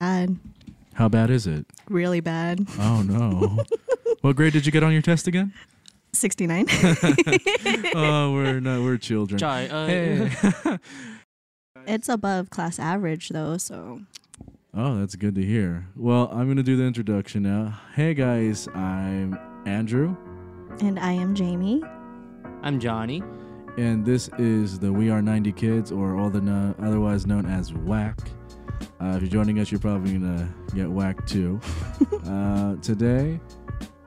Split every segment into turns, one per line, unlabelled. bad.
How bad is it?
Really bad.
Oh no. what grade did you get on your test again?
69.
Oh, we're not. We're children.
Sorry. Uh,
Mm. Hey.
it's above class average though, so
Oh, that's good to hear. Well, I'm gonna do the introduction now. Hey guys, I'm Andrew,
and I am Jamie.
I'm Johnny.
and this is the We Are 90 Kids, or all the no- otherwise known as WAC. Uh, if you're joining us, you're probably gonna get whacked too. uh, today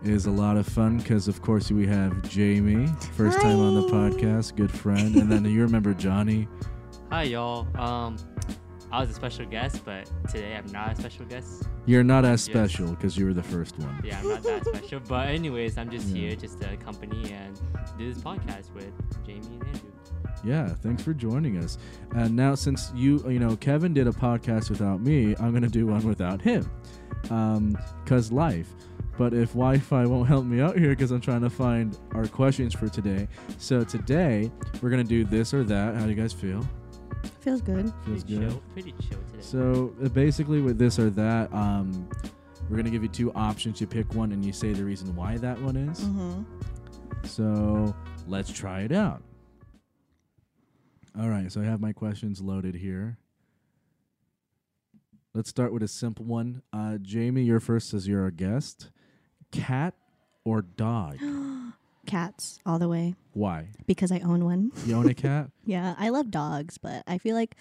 is a lot of fun because, of course, we have Jamie, first time on the
Hi.
podcast, good friend, and then you remember Johnny.
Hi, y'all. Um, I was a special guest, but today I'm not a special guest.
You're not as
Yes.
special because you were the first one.
Yeah, I'm not that special. But anyways, I'm just
Yeah.
here just to accompany and do this podcast with Jamie and Andrew.
Yeah, thanks for joining us. And now, since you, you know, Kevin did a podcast without me, I'm going to do one without him. Because life. But if Wi Fi won't help me out here, because I'm trying to find our questions for today. So today, we're going to do this or that. How do you guys feel?
Feels good.
Feels
pretty chill. Pretty chill today.
So uh, basically, with this or that, um, we're going to give you two options. You pick one and you say the reason why that one is.
Mhm.
So let's try it out. All right, so I have my questions loaded here. Let's start with a simple one. Uh, Jamie, you're first as you're our guest. Cat or dog?
Cats all the way
Why?
because I own one.
You own a cat?
Yeah, I love dogs, but I feel like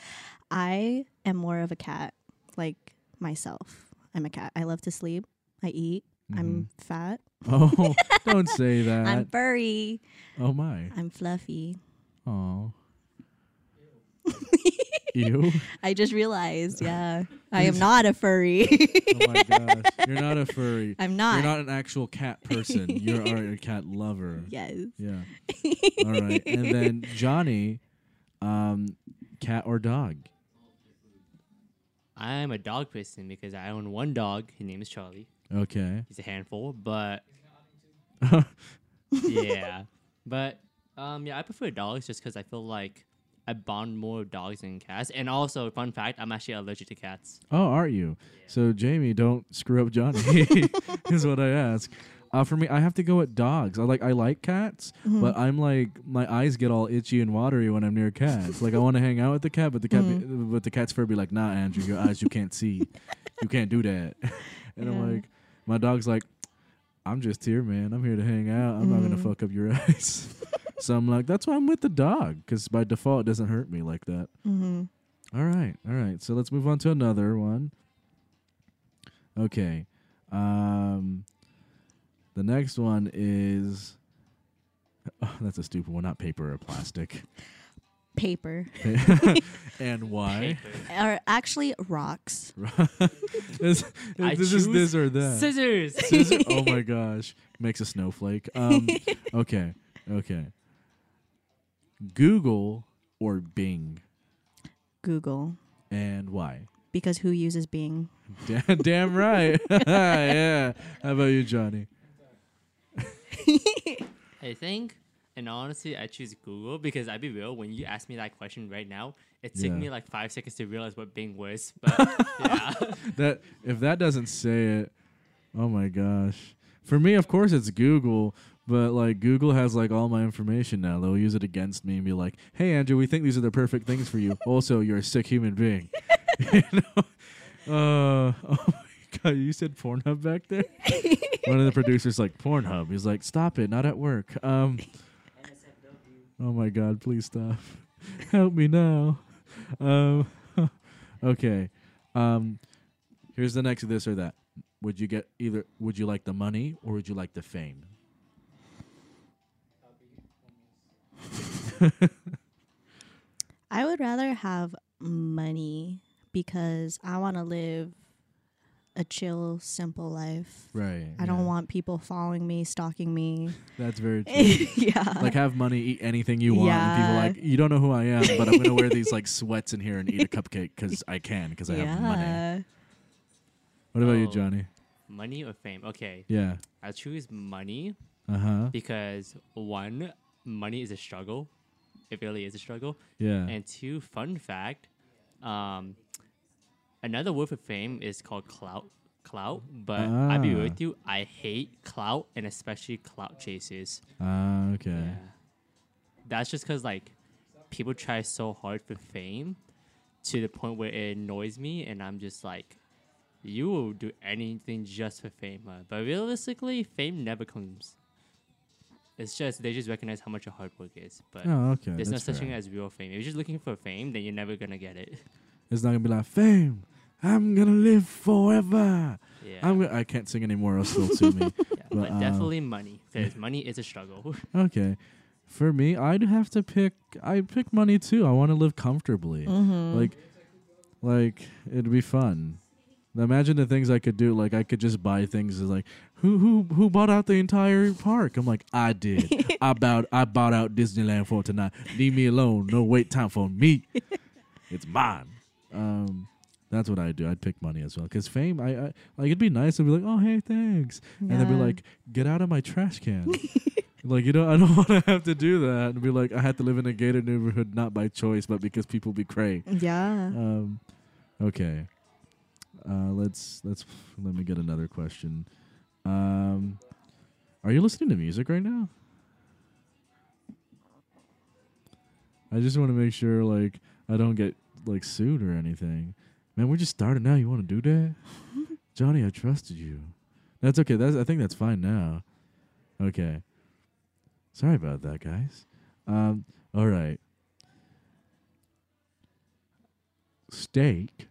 I am more of a cat, like myself. I'm a cat. I love to sleep. I eat. I'm fat.
Mm. Oh, don't say Mm-hmm. that.
I'm furry.
oh my.
I'm fluffy.
Oh. you?
I just realized, yeah, I am not a furry.
Oh my gosh. You're not a furry.
I'm not.
You're not an actual cat person. You are a cat lover.
yes.
Yeah. All right. And then Johnny, um, cat or dog?
I'm a dog person because I own one dog. His name is Charlie.
Okay.
He's a handful, but yeah. But um, yeah, I prefer dogs just because I feel like I bond more with dogs than cats. And also, fun fact, I'm actually allergic to cats.
oh, are you? So Jamie, don't screw up Johnny. is what I ask. Uh, for me, I have to go with dogs. I like I like cats, but I'm like my eyes get all itchy and watery when I'm near cats. like I want to hang out with the cat, but the cat, be, uh, but the cat's fur be like, Nah, Andrew, your eyes you can't see, you can't do that. and I'm
Yeah.
like, my dog's like, I'm just here, man. I'm here to hang out. I'm not gonna fuck up your eyes. so I'm like, that's why I'm with the dog, because by default it doesn't hurt me like that.
hmm
All right, all right. So let's move on to another one. Okay. Um the next one is oh, that's a stupid one, not paper or plastic.
Paper
and why?
or actually rocks.
this
I
this is
choose
this or that.
Scissors.
Scissor- oh my gosh. Makes a snowflake. Um okay. Okay. Google or Bing
Google
and why?
because who uses Bing?
Damn, damn right. yeah. How about you, Johnny?
I think, and honestly, I choose Google because I'd be real. When you asked me that question right now, it took
Yeah.
me like five seconds to realize what Bing was. But yeah,
That if that doesn't say it, oh my gosh. For me, of course, it's Google, but like Google has like all my information now. They'll use it against me and be like, "Hey, Andrew, we think these are the perfect things for you. also, you're a sick human being." you know? Uh, oh my god, you said Pornhub back there. One of the producers like Pornhub. He's like, "Stop it, not at work." Um. Oh my god, please stop. Help me now. Um. okay. Um. Here's the next this or that. Would you get either? Would you like the money or would you like the fame?
I would rather have money because I want to live a chill, simple life.
Right.
I don't want people following me, stalking me.
That's very true.
yeah.
like have money, eat anything you want. And people
Yeah.
are like you don't know who I am, but I'm gonna wear these like sweats in here and eat a cupcake because I can because I have money.
yeah.
What about you,
Oh.
Johnny?
money or fame? Okay,
Yeah.
I choose money
Uh huh.
because one, money is a struggle. It really is a struggle.
Yeah.
And two, fun fact, um, Another word for fame is called clout. Clout, but I'll be
Ah.
with you. I hate clout and especially clout chasers.
Ah, okay.
Yeah. That's just because like people try so hard for fame to the point where it annoys me, and I'm just like, you will do anything just for fame. huh?" But realistically, fame never comes. It's just they just recognize how much your hard work is, but.
Oh, okay.
There's no
that's
such
fair.
thing as real fame. If you're just looking for fame, then you're never gonna get it.
It's not gonna be like fame. I'm gonna live forever.
Yeah,
I'm. Gonna, I can't sing anymore. It'll still sue me.
yeah. but,
but, uh,
definitely money because money is a struggle.
Okay. For me, I'd have to pick. I'd pick money too. I want to live comfortably. Like, like it'd be fun. Imagine the things I could do. Like I could just buy things. Is like who who who bought out the entire park? I'm like I did. I bought I bought out Disneyland for tonight. Leave me alone. No wait time for me. It's mine. Um, that's what I do. I'd pick money as well because fame. I, I like it'd be nice to be like, oh hey, thanks, and they'd be
Yeah.
like, get out of my trash can. like you know, I don't want to have to do that and be like, I had to live in a gated neighborhood not by choice, but because people be cray.
Yeah.
Um, okay. Uh, let's let's let me get another question. Um, are you listening to music right now? I just want to make sure like I don't get like sued or anything. Man, we're just starting now. You want to do that, Johnny? I trusted you. That's okay. That's I think that's fine now. Okay. Sorry about that, guys. Um, all right steak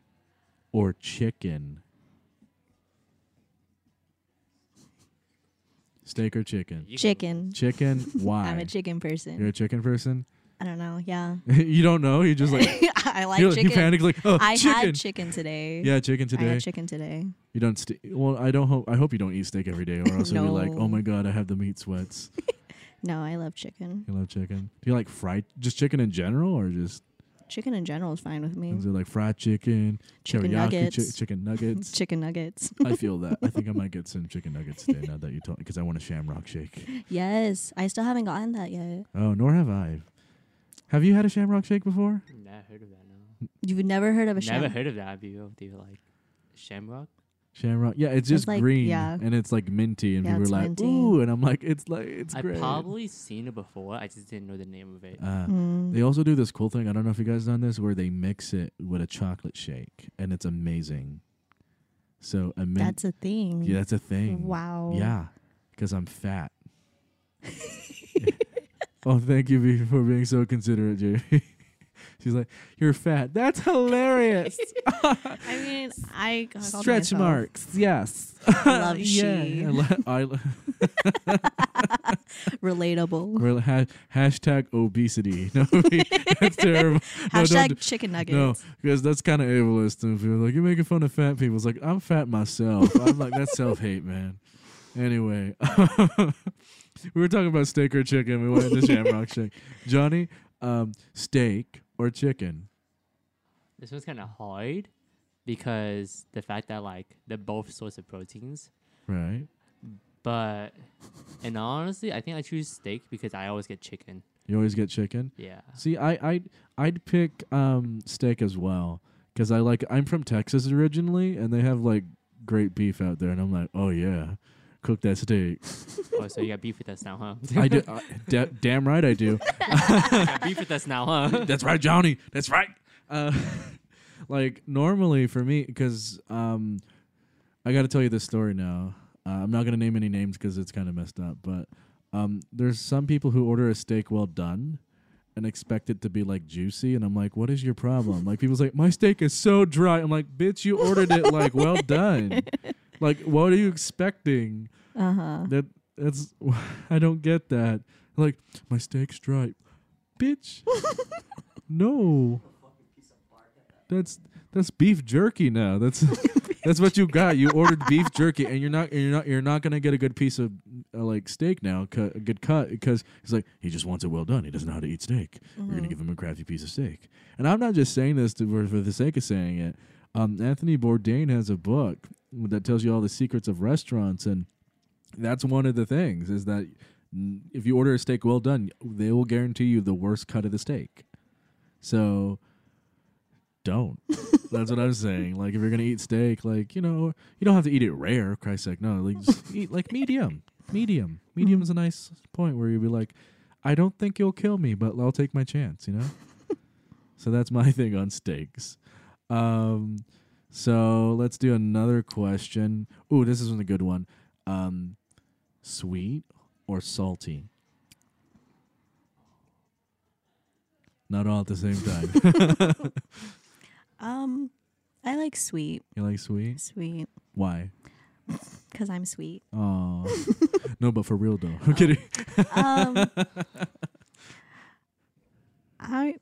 or chicken? Steak or chicken?
You-
chicken.
Chicken? Why?
I'm a chicken
You're
person.
a chicken person.
I don't know. Yeah.
you don't know. You just like
I like
you,
chicken.
you panic like oh
I
chicken.
had chicken today.
yeah, chicken
I
today.
had chicken today.
you don't. St- well, I don't hope. I hope you don't eat steak every day, or else you'll be like,
No.
oh my god, I have the meat sweats.
No, I love chicken.
You love chicken. Do you like fried? Just chicken in general, or just
Chicken in general is fine with me.
is it like fried chicken,
Mm. Chicken
teriyaki chi-
nuggets.
chicken nuggets?
Chicken nuggets.
I feel that. I think I might get some chicken nuggets today now that you told me because I want a shamrock shake.
yes. I still haven't gotten that yet.
Oh, nor have I. Have you had a shamrock shake before?
Never heard of that. No.
You've never heard of a
Never
sham-
heard of that. I'd be real with you like Shamrock.
Shamrock, yeah, it's just
like-
green
yeah.
and it's like minty, and
Yeah,
people are
it's
like,
minty.
"Ooh," and I'm like, "It's like it's
I've
great."
probably seen it before. I just didn't know the name of it.
Uh,
Mm.
They also do this cool thing. I don't know if you guys done this, where they mix it with a chocolate shake, and it's amazing. So a mint,
That's a thing.
yeah, that's a thing.
Wow.
Yeah, because I'm fat. oh, thank you be- for being so considerate, Jamie. She's like, you're fat. That's hilarious.
I mean, I called
Stretch
myself.
marks. Yes.
Love
Yeah,
she.
I lo- I lo-
Relatable.
we're ha- hashtag obesity. No, that's terrible. No,
Hashtag
don't do-
chicken nuggets.
no, because that's kind of ableist. And people are like, you're making fun of fat people. It's like, I'm fat myself. I'm like, that's self hate, man. Anyway, we were talking about steak or chicken. We went into Shamrock Shake. Johnny, um, steak or chicken?
This one's kind of hard because the fact that like they're both source of proteins.
Right.
But and honestly, I think I choose steak because I always get chicken.
You always get chicken.
Yeah.
See, I, I, I'd pick um, steak as well because I like. I'm from Texas originally, and they have like great beef out there, and I'm like, oh yeah, cook that steak.
oh, so you got beef with us now, huh?
I do. uh, I, da- damn right, I do.
you got beef with us now, huh?
That's right, Johnny. That's right. Uh, like normally for me, because um, I got to tell you this story now. Uh, I'm not gonna name any names because it's kind of messed up. But um, there's some people who order a steak well done and expect it to be like juicy, and I'm like, what is your problem? like people's like, my steak is so dry. I'm like, bitch, you ordered it like well done. Like, what are you expecting?
Uh huh.
That that's I don't get that. Like my steak's dry, bitch. no, that's that's beef jerky now. That's that's what you got. You ordered beef jerky, and you're not and you're not you're not gonna get a good piece of uh, like steak now, cut, a good cut, because he's like he just wants it well done. He doesn't know how to eat steak. We're gonna give him a crafty piece of steak. And I'm not just saying this to, for, for the sake of saying it. Um, Anthony Bourdain has a book that tells you all the secrets of restaurants and that's one of the things is that mm, if you order a steak well done, they will guarantee you the worst cut of the steak. So don't. That's what I'm saying. Like if you're gonna eat steak, like you know, you don't have to eat it rare. Christ's sake, no. Like just eat like medium. Medium. Medium is a nice point where you'd be like, I don't think you'll kill me, but I'll take my chance. You know. so that's my thing on steaks. Um, so let's do another question. Ooh, this isn't a good one. Um, sweet or salty? Not all at the same time.
Um, I like sweet,
you like sweet?
sweet,
Why?
because I'm sweet.
Oh, no, but for real though. I'm kidding.
Um, I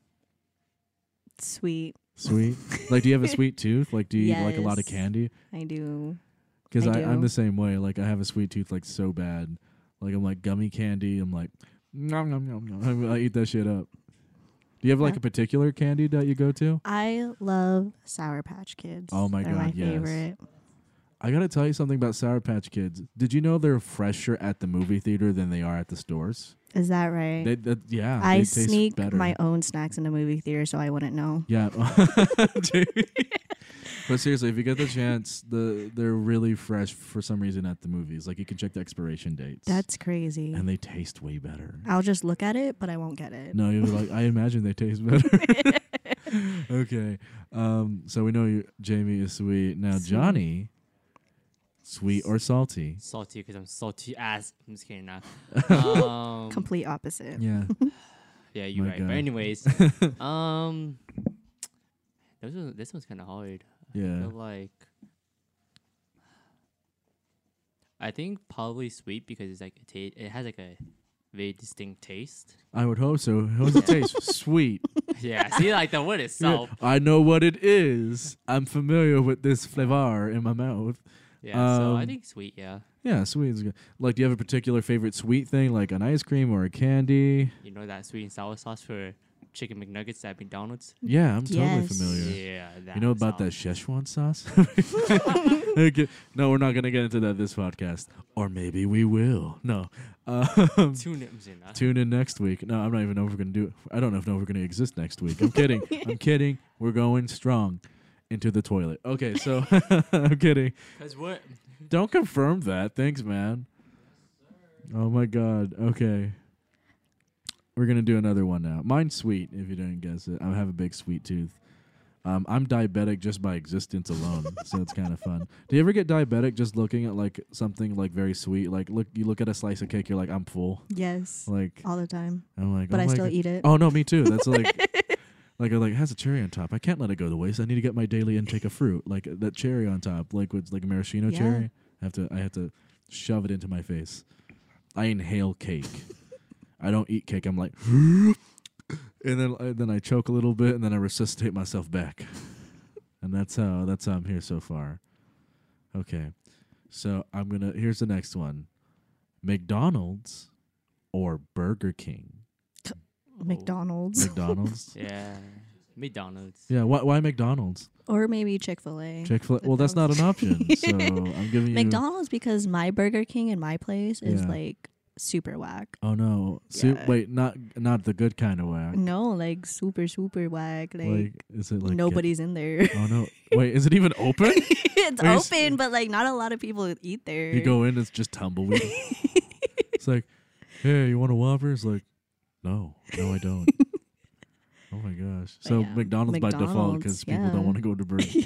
sweet.
Sweet. Like, do you have a sweet tooth? Like, do you eat like a lot of
Yes.
candy?
I do.
Because
I
I, I'm
do.
the same way. Like, I have a sweet tooth like so bad. Like, I'm like gummy candy. I'm like, nom nom nom nom. I, I eat that shit up. Do you have like
Yeah.
a particular candy that you go to?
I love Sour Patch Kids.
Oh my
They're
God,
my
yes.
favorite.
I gotta tell you something about Sour Patch Kids. Did you know they're fresher at the movie theater than they are at the stores?
Is that right?
They, that yeah,
I
they taste
sneak
better.
my own snacks in the movie theater, so I wouldn't know.
Yeah. but seriously, if you get the chance, the they're really fresh for some reason at the movies. Like you can check the expiration dates.
That's crazy.
and they taste way better.
I'll just look at it, but I won't get it.
No, you're like I imagine they taste better. okay. Um so we know you Jamie is sweet. Now
Sweet.
Johnny sweet or salty?
Salty because I'm salty as. I'm just kidding now. Um,
Complete opposite.
Yeah.
yeah, you're
My
right.
God.
But anyways, um, this one, this one's kind of hard. I
Yeah.
feel like I think probably sweet because it's like a ta- it has like a very distinct taste.
I would hope so. How's it taste? Sweet.
yeah, see, like the word itself.
I know what it is. I'm familiar with this flavor in my mouth.
Yeah, so I
Um,
think sweet. Yeah,
Yeah, sweet is good. Like, do you have a particular favorite sweet thing, like an ice cream or a candy?
you know that sweet and sour sauce for chicken McNuggets at McDonald's.
Oh, Yeah, I'm totally
Yes.
familiar.
Yeah, that
you know about that
sounds-
Szechuan sauce? Okay. No, we're not gonna get into that this podcast, or maybe we will. No, um,
Tune in, I'm saying that.
tune in next week. No, I'm not even know if we're gonna do. It. I don't know if know if we're gonna exist next week. I'm kidding. I'm kidding. We're going strong into the toilet. Okay, so I'm kidding.
Cause what?
Don't confirm that. Thanks, man. Oh my god. Okay. We're gonna do another one now. Mine's sweet, if you didn't guess it. I have a big sweet tooth. Um, I'm diabetic just by existence alone, so it's kind of fun. Do you ever get diabetic just looking at like something like very sweet? Like look, you look at a slice of cake, you're like, I'm full.
Yes.
Like
All the time.
I'm like,
But
oh
I
my
still
God.
eat it.
Oh no, me too. That's like, like I like it has a cherry on top. I can't let it go to waste. I need to get my daily intake of fruit, like uh, that cherry on top, like with like a maraschino
Yeah.
cherry. I have to, I have to shove it into my face. I inhale cake. I don't eat cake. I'm like, and then and then I choke a little bit, and then I resuscitate myself back. And that's how that's how I'm here so far. Okay, so I'm gonna. Here's the next one: McDonald's or Burger King.
McDonald's.
McDonald's.
Yeah, McDonald's.
Yeah, why, why McDonald's?
Or maybe Chick fil A.
Chick fil A. Well, that's not an option. So I'm giving you.
Eh, McDonald's because my Burger King in my place is
Yeah.
like super whack.
Oh no! So,
Yeah.
Wait, not not the good kind of whack.
No, like super, super whack. Like,
Like, is it like get-
nobody's in there.
oh no! Wait, is it even open?
it's
Are you s-
open, but like not a lot of people eat there.
you go in, it's just tumbleweed. it's like, hey, you want a Whopper? It's like, no, no, I don't. oh my gosh! So
yeah,
McDonald's, by default
McDonald's,
because people
yeah.
don't want to go to Burger King.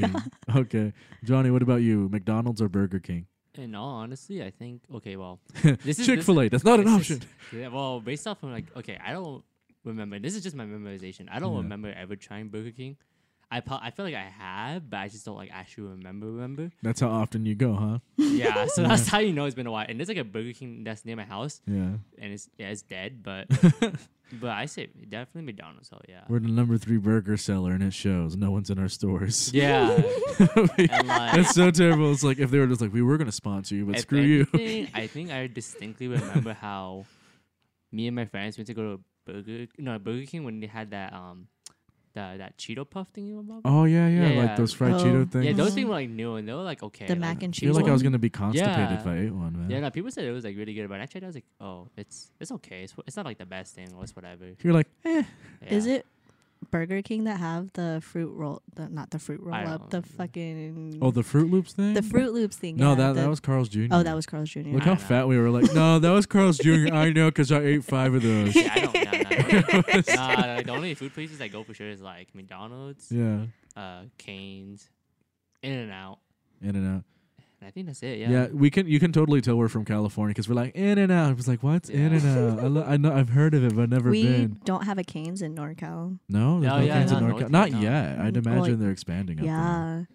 Yeah.
Okay, Johnny, what about you? McDonald's or Burger King?
In all honesty, I think okay. Well, this is-
Chick fil A. That's not an
This is-
option.
yeah, well, based off of like, okay, I don't remember. This is just my memorization. I don't
Yeah.
remember ever trying Burger King. I po- I feel like I have, but I just don't like actually remember. Remember?
That's how often you go, huh?
Yeah. So that's how you know it's been a while. And there's like a Burger King that's near my house,
Yeah.
and it's yeah, it's dead, but but I say definitely McDonald's. Oh yeah.
We're the number three burger seller, and it shows. No one's in our stores.
yeah. and like,
That's so terrible. It's like if they were just like, we were going to sponsor you, but
if
screw you.
anything, I think I distinctly remember how me and my friends went to go to Burger no Burger King when they had that um the, that Cheeto puff thing you remember?
Oh yeah, yeah,
Yeah,
like
yeah.
those fried
Oh.
Cheeto things.
Yeah, those
Mhm.
things were like new, and they were like okay.
The
like-
mac and
I
cheese.
feel like I was
one?
gonna be constipated
Yeah.
if I ate one, man.
Yeah, no, people said it was like really good, but I tried. it, I was like, oh, it's it's okay. It's wh- it's not like the best thing, or it's whatever.
You're like, eh,
Is
Yeah.
it Burger King that have the fruit roll, the, not the fruit roll
I
up, the
don't know.
fucking
Oh, the Fruit Loops thing.
the Fruit Loops thing.
No,
yeah,
that
the-
that was Carl's Jr.
oh, that was Carl's Jr.
Look
I
how
know.
fat we were. Like, no, that was Carl's Jr. I know because I ate five of those.
Yeah, I don't. No, no, no. nah, like, the only food places I go for sure is like McDonald's,
Yeah,
uh, Canes, In and Out,
In and Out.
and I think that's it.
Yeah.
Yeah.
we can. You can totally tell we're from California because we're like In and Out. It was like, what's In
Yeah.
and Out? I, lo- I know I've heard of it, but never
we
been.
don't have a Canes in NorCal.
No, there's
Oh,
no
yeah,
Canes in
no,
North Cal-
North
Not
Cal- no.
yet. I'd
Mm, well,
imagine
like-
they're expanding. Up
Yeah,
I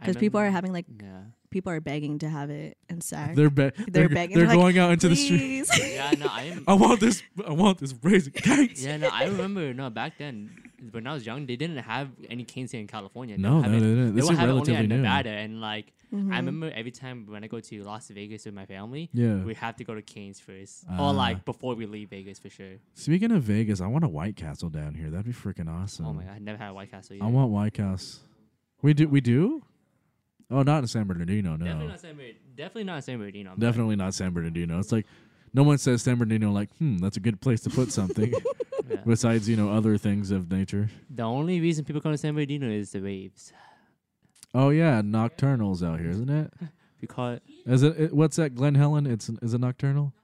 because people are
remember-
having like
Yeah.
people are begging to have it in SAC.
There. They're be- they're,
begging,
They're
like,
going out into the street.
Please.
Yeah, no, I am.
I want this. I want this raisin cakes.
Yeah, no, I remember. No, back then, when I was young, they didn't have any canes here in California. They
No,
would have
no,
it-
they didn't.
They
This
would
is
have it
relatively
only
new.
in Nevada, and like
Mhm.
I remember every time when I go to Las Vegas with my family,
Yeah.
we have to go to Canes first,
Ah.
or like before we leave Vegas for sure.
Speaking of Vegas, I want a White Castle down here. That'd be freaking awesome.
Oh my god, I never had a White Castle. Either.
I want White House. We do. We do. Oh, not in San Bernardino. No,
definitely not San Bernardino. Definitely not San Bernardino. but
Definitely not San Bernardino. It's like no one says San Bernardino. Like, hmm, that's a good place to put something.
Yeah.
Besides, you know, other things of nature.
The only reason people come to San Bernardino is the waves.
Oh yeah, nocturnals out here, isn't it?
Because
Is it, it- what's that? Glen Helen? It's an- is it nocturnal?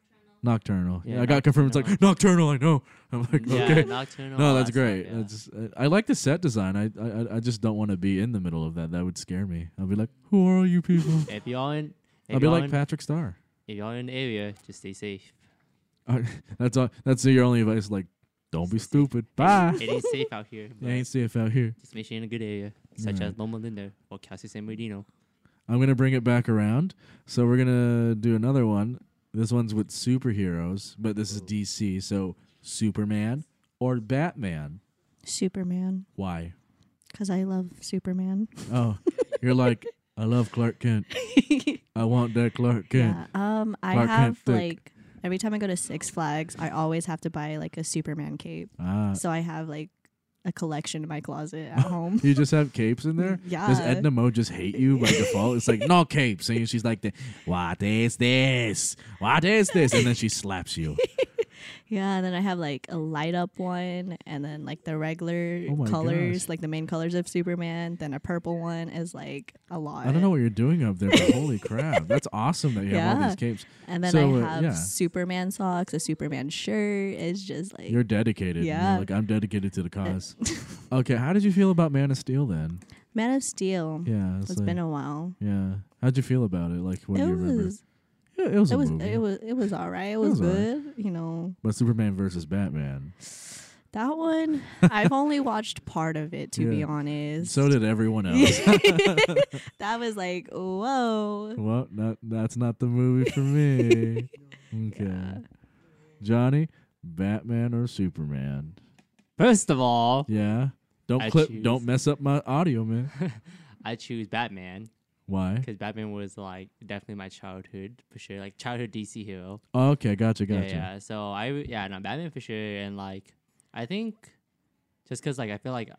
Nocturnal. Yeah,
Yeah,
I got confirmed. It's like nocturnal. I know. I'm like,
yeah,
okay.
nocturnal.
No,
all
that's
that stuff,
great.
yeah.
That's, I I like the set design. I, I I just don't want to be in the middle of that. That would scare me. I'll be like, who are you people?
If y'all in,
I'll
if
be
y'all,
like
in,
Patrick Starr.
if y'all in the area, just stay safe.
Uh, that's all. That's your only advice. Like, don't be stupid.
It
Bye.
ain't safe out here.
I
but-
ain't safe out here.
Just make sure you're in a good area, such
Right.
as Loma Linda or Casa San Bernardino.
I'm gonna bring it back around. So we're gonna do another one. This one's with superheroes, but this is DC. So Superman or Batman.
Superman,
Why?
because I love Superman.
Oh, you're like, I love Clark Kent. I want that Clark Kent.
Yeah. Um, I
Clark Kent
have
thick.
like every time I go to Six Flags, I always have to buy like a Superman cape.
Ah,
So I have like a collection in my closet at home.
you just have capes in there. Does
Yeah.
Edna Mo just hate you by default? It's like no capes, and she's like, the, "What is this? What is this?" And then she slaps you.
Yeah, and then I have like a light up one, and then like the regular
Oh my
colors,
gosh.
like the main colors of Superman. Then a purple one is like a lot.
I don't know what you're doing up there, but holy crap, that's awesome that you have all
Yeah.
these capes.
And then
So,
I
uh,
have
yeah.
Superman socks, a Superman shirt. It's just like
You're dedicated. You're
Yeah.
like I'm dedicated to the cause. okay, how did you feel about Man of Steel then?
Man of Steel.
Yeah, it's
It's
like-
been a while.
yeah. How'd you feel about it? Like what
It
do you remember?
was,
Yeah, it was
it
a
was,
movie.
it was, it was all right. It was,
was all right.
good. You know,
but Superman versus Batman.
that one, I've only watched part of it to be
Yeah.
honest.
So did everyone else.
that was like, whoa.
well, not, that's not the movie for me. Okay. Johnny, Batman or Superman?
First of all,
Yeah. Don't
I
clip
choose-
don't mess up my audio, man.
I choose Batman
Why?
because Batman was like definitely my childhood for sure, like childhood DC hero.
Oh, okay, gotcha, gotcha.
Yeah, yeah. So I w- yeah, no Batman for sure, and like I think just because like I feel like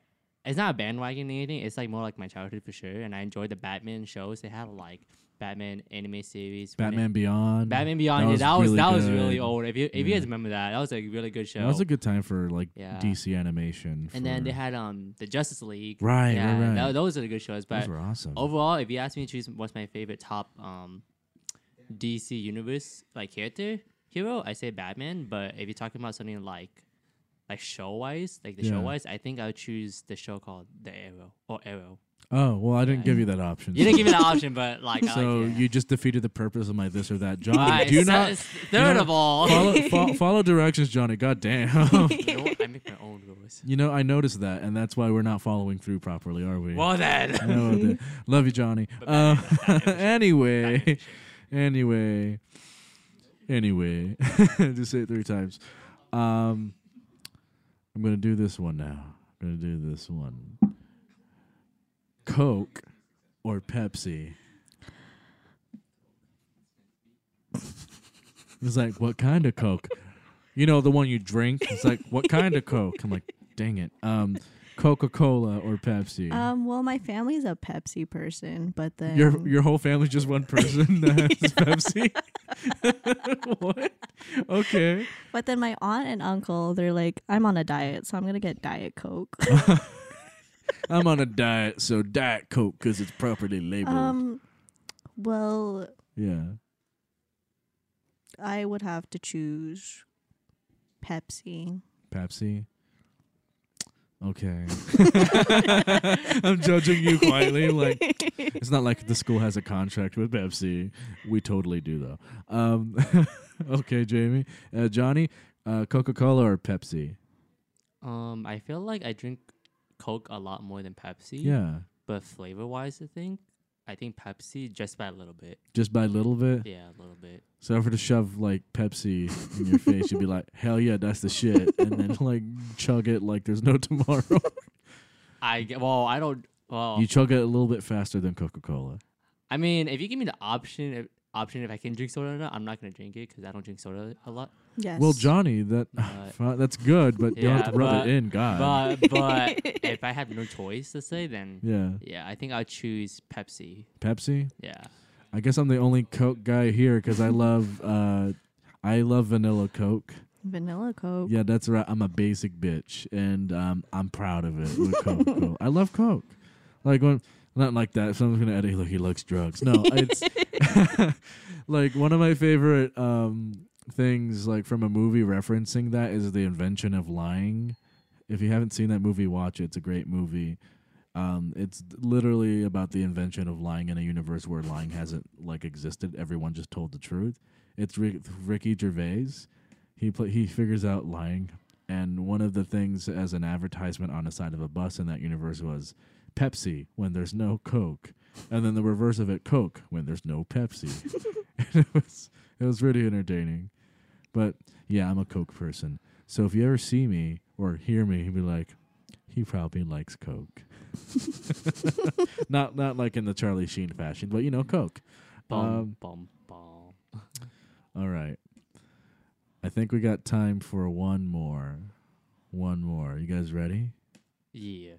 it's not bandwagon or anything. It's like more like my childhood for sure, and I enjoyed the Batman shows. They had like Batman anime series, when it-
Batman Beyond.
Batman Beyond.
was
yeah, that was
really
that was really
good.
old. If you if you
Yeah.
guys remember that, that was a really good show.
That was a good time for like
Yeah.
DC animation.
and then they
for-
had um the Justice League.
Right, right,
yeah, tho-
right.
those are the good shows. But
those were awesome.
overall, if you ask me to choose what's my favorite top um DC universe like character hero, I say Batman. But if you're talking about something like like show wise, like the
Yeah.
show wise, I think I would choose the show called The Arrow or Arrow.
Oh well, I didn't
Yeah.
give you that option.
You didn't give me the option, but like I
so
like it.
you just defeated the purpose of my this or that, Johnny.
Alright,
do
so-
not
Third
know-
of all,
follow, fo- follow directions, Johnny. God damn.
you know what? I make my own rules.
you know, I noticed that, and that's why we're not following through properly, are we?
Well then.
I know that. Love you, Johnny. Uh, anyway, anyway, anyway, just say it three times. Um, I'm gonna do this one now. I'm gonna do this one. Coke or Pepsi? It's like, what kind of Coke? You know, the one you drink. It's like, what kind of Coke? I'm like, dang it. Um, Coca Cola or Pepsi?
Um, well, my family's a Pepsi person, but then
Your your whole family's just one person that has Pepsi. what? okay.
But then my aunt and uncle, they're like, I'm on a diet, so I'm gonna get diet coke.
I'm on a diet, so Diet Coke because it's properly labeled.
um, well,
yeah.
I would have to choose Pepsi.
Pepsi. Okay. I'm judging you quietly. Like it's not like the school has a contract with Pepsi. We totally do though. Um, okay, Jamie, uh, Johnny, uh, Coca Cola or Pepsi?
Um, I feel like I drink Coke a lot more than Pepsi.
Yeah,
But flavor wise, I think I think Pepsi just by a little bit.
just by a little bit.
Yeah, a little bit.
So if I were to shove like Pepsi in your face, you'd be like, "Hell yeah, that's the shit," and then like chug it like there's no tomorrow.
I get, well, I don't. Well,
you chug it a little bit faster than Coca Cola.
I mean, if you give me the option, if, option if I can drink soda or not, I'm not gonna drink it because I don't drink soda a lot.
Yes.
Well, Johnny, that
Uh,
fi- that's good, but you don't have
yeah,
to rub
but-
it in, God.
But but if I have no choice to say, then yeah,
yeah,
I think I'll choose Pepsi.
Pepsi.
Yeah.
I guess I'm the only Coke guy here because I love uh, I love vanilla Coke.
vanilla coke.
Yeah, that's right. I'm a basic bitch, and um, I'm proud of it. With Coke, Coke. I love Coke. Like when not like that. If someone's gonna edit, like he likes drugs. No, it's like one of my favorite um, things, like from a movie referencing that, is the invention of lying. If you haven't seen that movie, watch it. It's a great movie. Um, it's literally about the invention of lying in a universe where lying hasn't like existed. Everyone just told the truth. It's Rick, Ricky Gervais he pla he figures out lying and one of the things as an advertisement on the side of a bus in that universe was pepsi when there's no coke and then the reverse of it coke when there's no pepsi and it was it was really entertaining but yeah i'm a coke person so if you ever see me or hear me be like he probably likes coke not not like in the charlie sheen fashion but you know coke
Bum
Um,
bum bum.
all right. I think we got time for one more. One more. You guys ready?
Yeah.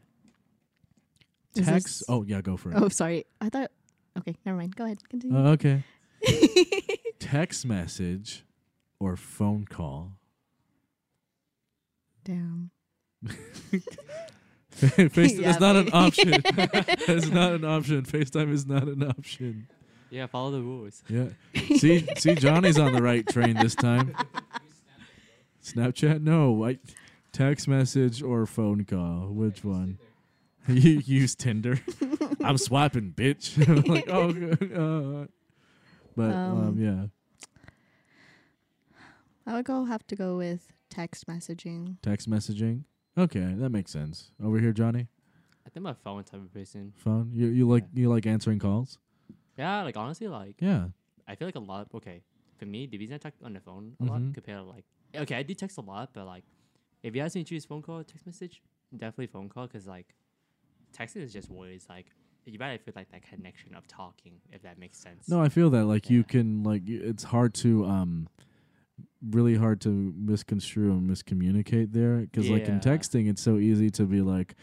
Is
Text.
this-
Oh, yeah, go for it.
Oh, sorry. I thought. Okay, never mind. Go ahead. Continue.
Uh, okay. Text message or phone call?
Damn.
Face-
Yeah,
it's not an
baby.
option. it's not an option. FaceTime is not an option.
Yeah. Follow the rules.
Yeah. See, see, Johnny's on the right train this time. Snapchat? No. I, text message or phone call? Which one? You use Tinder? I'm swiping, bitch. like, oh, good, uh. but um,
Um,
yeah,
I would go have to go with text messaging.
text messaging. Okay, that makes sense. Over here, Johnny.
I think my phone type of person.
Phone. You you like you like answering calls?
Yeah. Like honestly, like
Yeah.
I feel like a lot. Okay, for me, the reason I talk on the phone a
Mhm.
lot compared to like, okay, I do text a lot, but like, if you ask me to choose phone call, or text message, definitely phone call, because like, texting is just words. Like, you better feel like that connection of talking, if that makes sense.
No, I feel that like you
Yeah.
can like y- it's hard to um really hard to misconstrue and miscommunicate there cuz like in
Yeah.
texting it's so easy to be like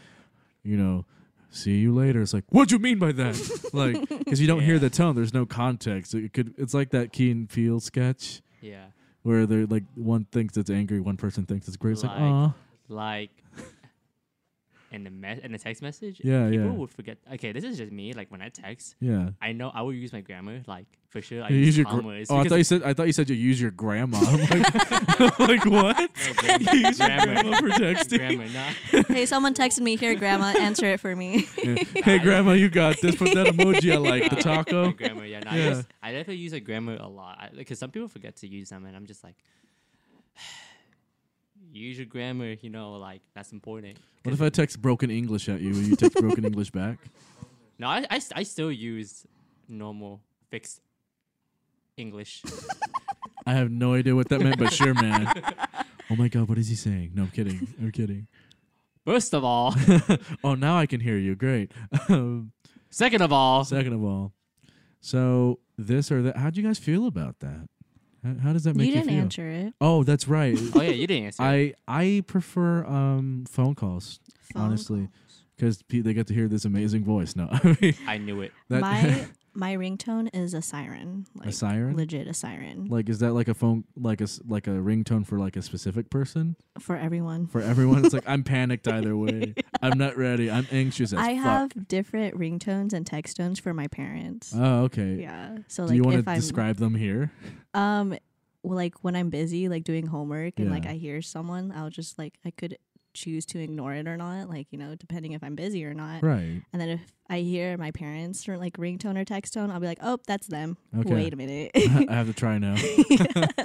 you know see you later it's like what do you mean by that like cuz you don't hear
Yeah.
the tone there's no context it could it's like that key and peel sketch
yeah,
where they're like one thinks it's angry one person thinks it's great it's like
Like-
oh
like. And the me- and the text message,
Yeah,
people
yeah.
will forget. Okay, this is just me. Like when I text,
yeah
I know I will use my grammar, like for sure. I
You
use
your gra-
commas.
oh, I
because-
thought you said I thought you said you use your grandma. I'm like, like what? You use your grandma for texting?
grammar, not
hey, someone texted me here, Grandma. Answer it for me.
Yeah. Hey, grandma, you got this. Put that emoji I like the
Uh,
taco.
like grammar, yeah. No,
Yeah.
I, just, I definitely use a grammar a lot because some people forget to use them, and I'm just like, use your grammar. You know, like that's important.
What if I text broken English at you and you text broken English back?
No, I, I, s- I still use normal fixed English.
I have no idea what that meant, but sure, man. Oh my God, what is he saying? No, I'm kidding. I'm kidding.
First of all,
Oh, now I can hear you. Great. Um,
second of all,
second of all, so this or that. How do you guys feel about that? How, how does that make
you
you,
didn't
feel?
answer it.
Oh, that's right.
oh yeah, you didn't answer.
I I prefer um phone calls
Phone
honestly
calls.
because they get to hear this amazing voice. No, I mean
I knew it.
that.
my my ringtone is a siren. Like,
siren?
Legit a siren.
Like, is that like a phone, like a s- like a ringtone for like a specific person
for everyone.
for everyone? It's like I'm panicked either way. I'm not ready. I'm anxious as
I
fuck.
have different ringtones and text tones for my parents.
Oh, okay.
yeah. So
Do
like
you want
if
to
I'm
describe them here?
um well, like when I'm busy like doing homework and like
Yeah.
I hear someone, I'll just like I could choose to ignore it or not, like you know, depending if I'm busy or not.
Right.
And then if I hear my parents or like ringtone or text tone, I'll be like, "Oh, that's them."
Okay. Uh,
Wait a minute.
I have to try now.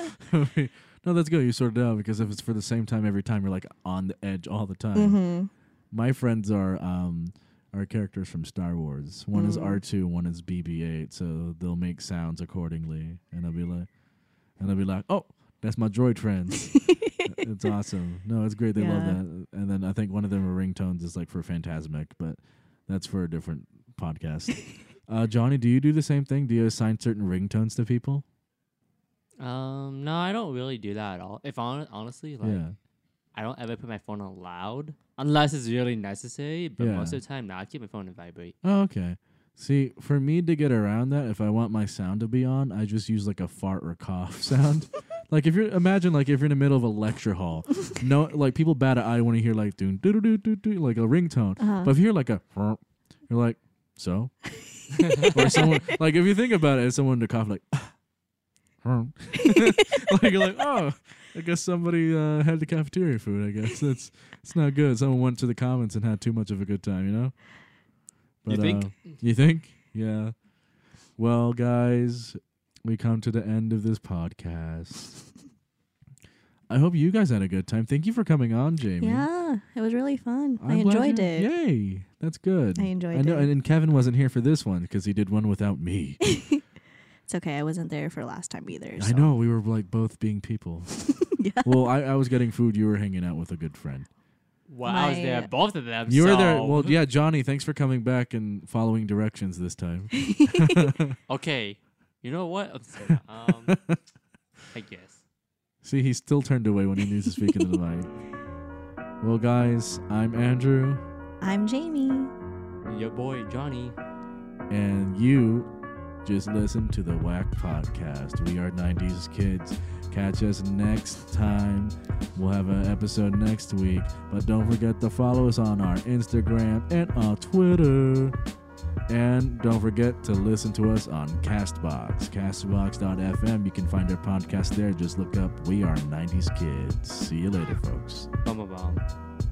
no, that's good. You sorted it out because if it's for the same time every time, you're like on the edge all the time.
mm-hmm.
My friends are um are characters from Star Wars. One is
Mm.
R two, one is BB eight, so they'll make sounds accordingly and I'll be like and I'll be like, Oh, that's my droid friends. it's awesome. No, it's great. They love
Yeah.
that. And then I think one of them are ringtones is like for Phantasmic, but that's for a different podcast. uh, Johnny, do you do the same thing? Do you assign certain ringtones to people?
Um, no, I don't really do that at all. If hon- honestly, like,
yeah.
I don't ever put my phone on loud unless it's really necessary. But
Yeah.
most of the time, now I keep my phone on vibrate.
Oh, okay. See, for me to get around that, if I want my sound to be on, I just use like a fart or cough sound. like if you're imagine like if you're in the middle of a lecture hall, no, like people bat an eye when you hear like doo doo doo doo doo like a ringtone.
Uh-huh.
But if you hear like a, you're like so, or someone like if you think about it, it's someone to cough like, like you're like oh, I guess somebody uh, had the cafeteria food. I guess that's it's not good. Someone went to the comments and had too much of a good time. You know.
You think?
uh, you think? Yeah. Well, guys, we come to the end of this podcast. I hope you guys had a good time. Thank you for coming on, Jamie.
Yeah, it was really fun. i
I'm glad
enjoyed
you're-
it.
Yay. That's good.
I enjoyed
I know,
it.
And, and Kevin wasn't here for this one because he did one without me.
It's okay. I wasn't there for last time either.
I
so-
know. We were like both being people.
Yeah.
Well, I, I was getting food. You were hanging out with a good friend.
Well, I was there
My-
at both of them.
You were there.
so-
Well, yeah, Johnny, thanks for coming back and following directions this time.
okay. You know what? I'm sorry. Um, I guess.
See, he still turned away when he needs to speak into the mic. Well, guys, I'm Andrew,
I'm Jamie.
Your boy Johnny.
and you just listen to the Whack Podcast. We are 90s kids. Catch us next time. We'll have an episode next week, but don't forget to follow us on our Instagram and on Twitter. And don't forget to listen to us on Castbox, castbox.fm. You can find our podcast there. Just look up We Are 90s Kids. See you later, folks.
Bum bum bum.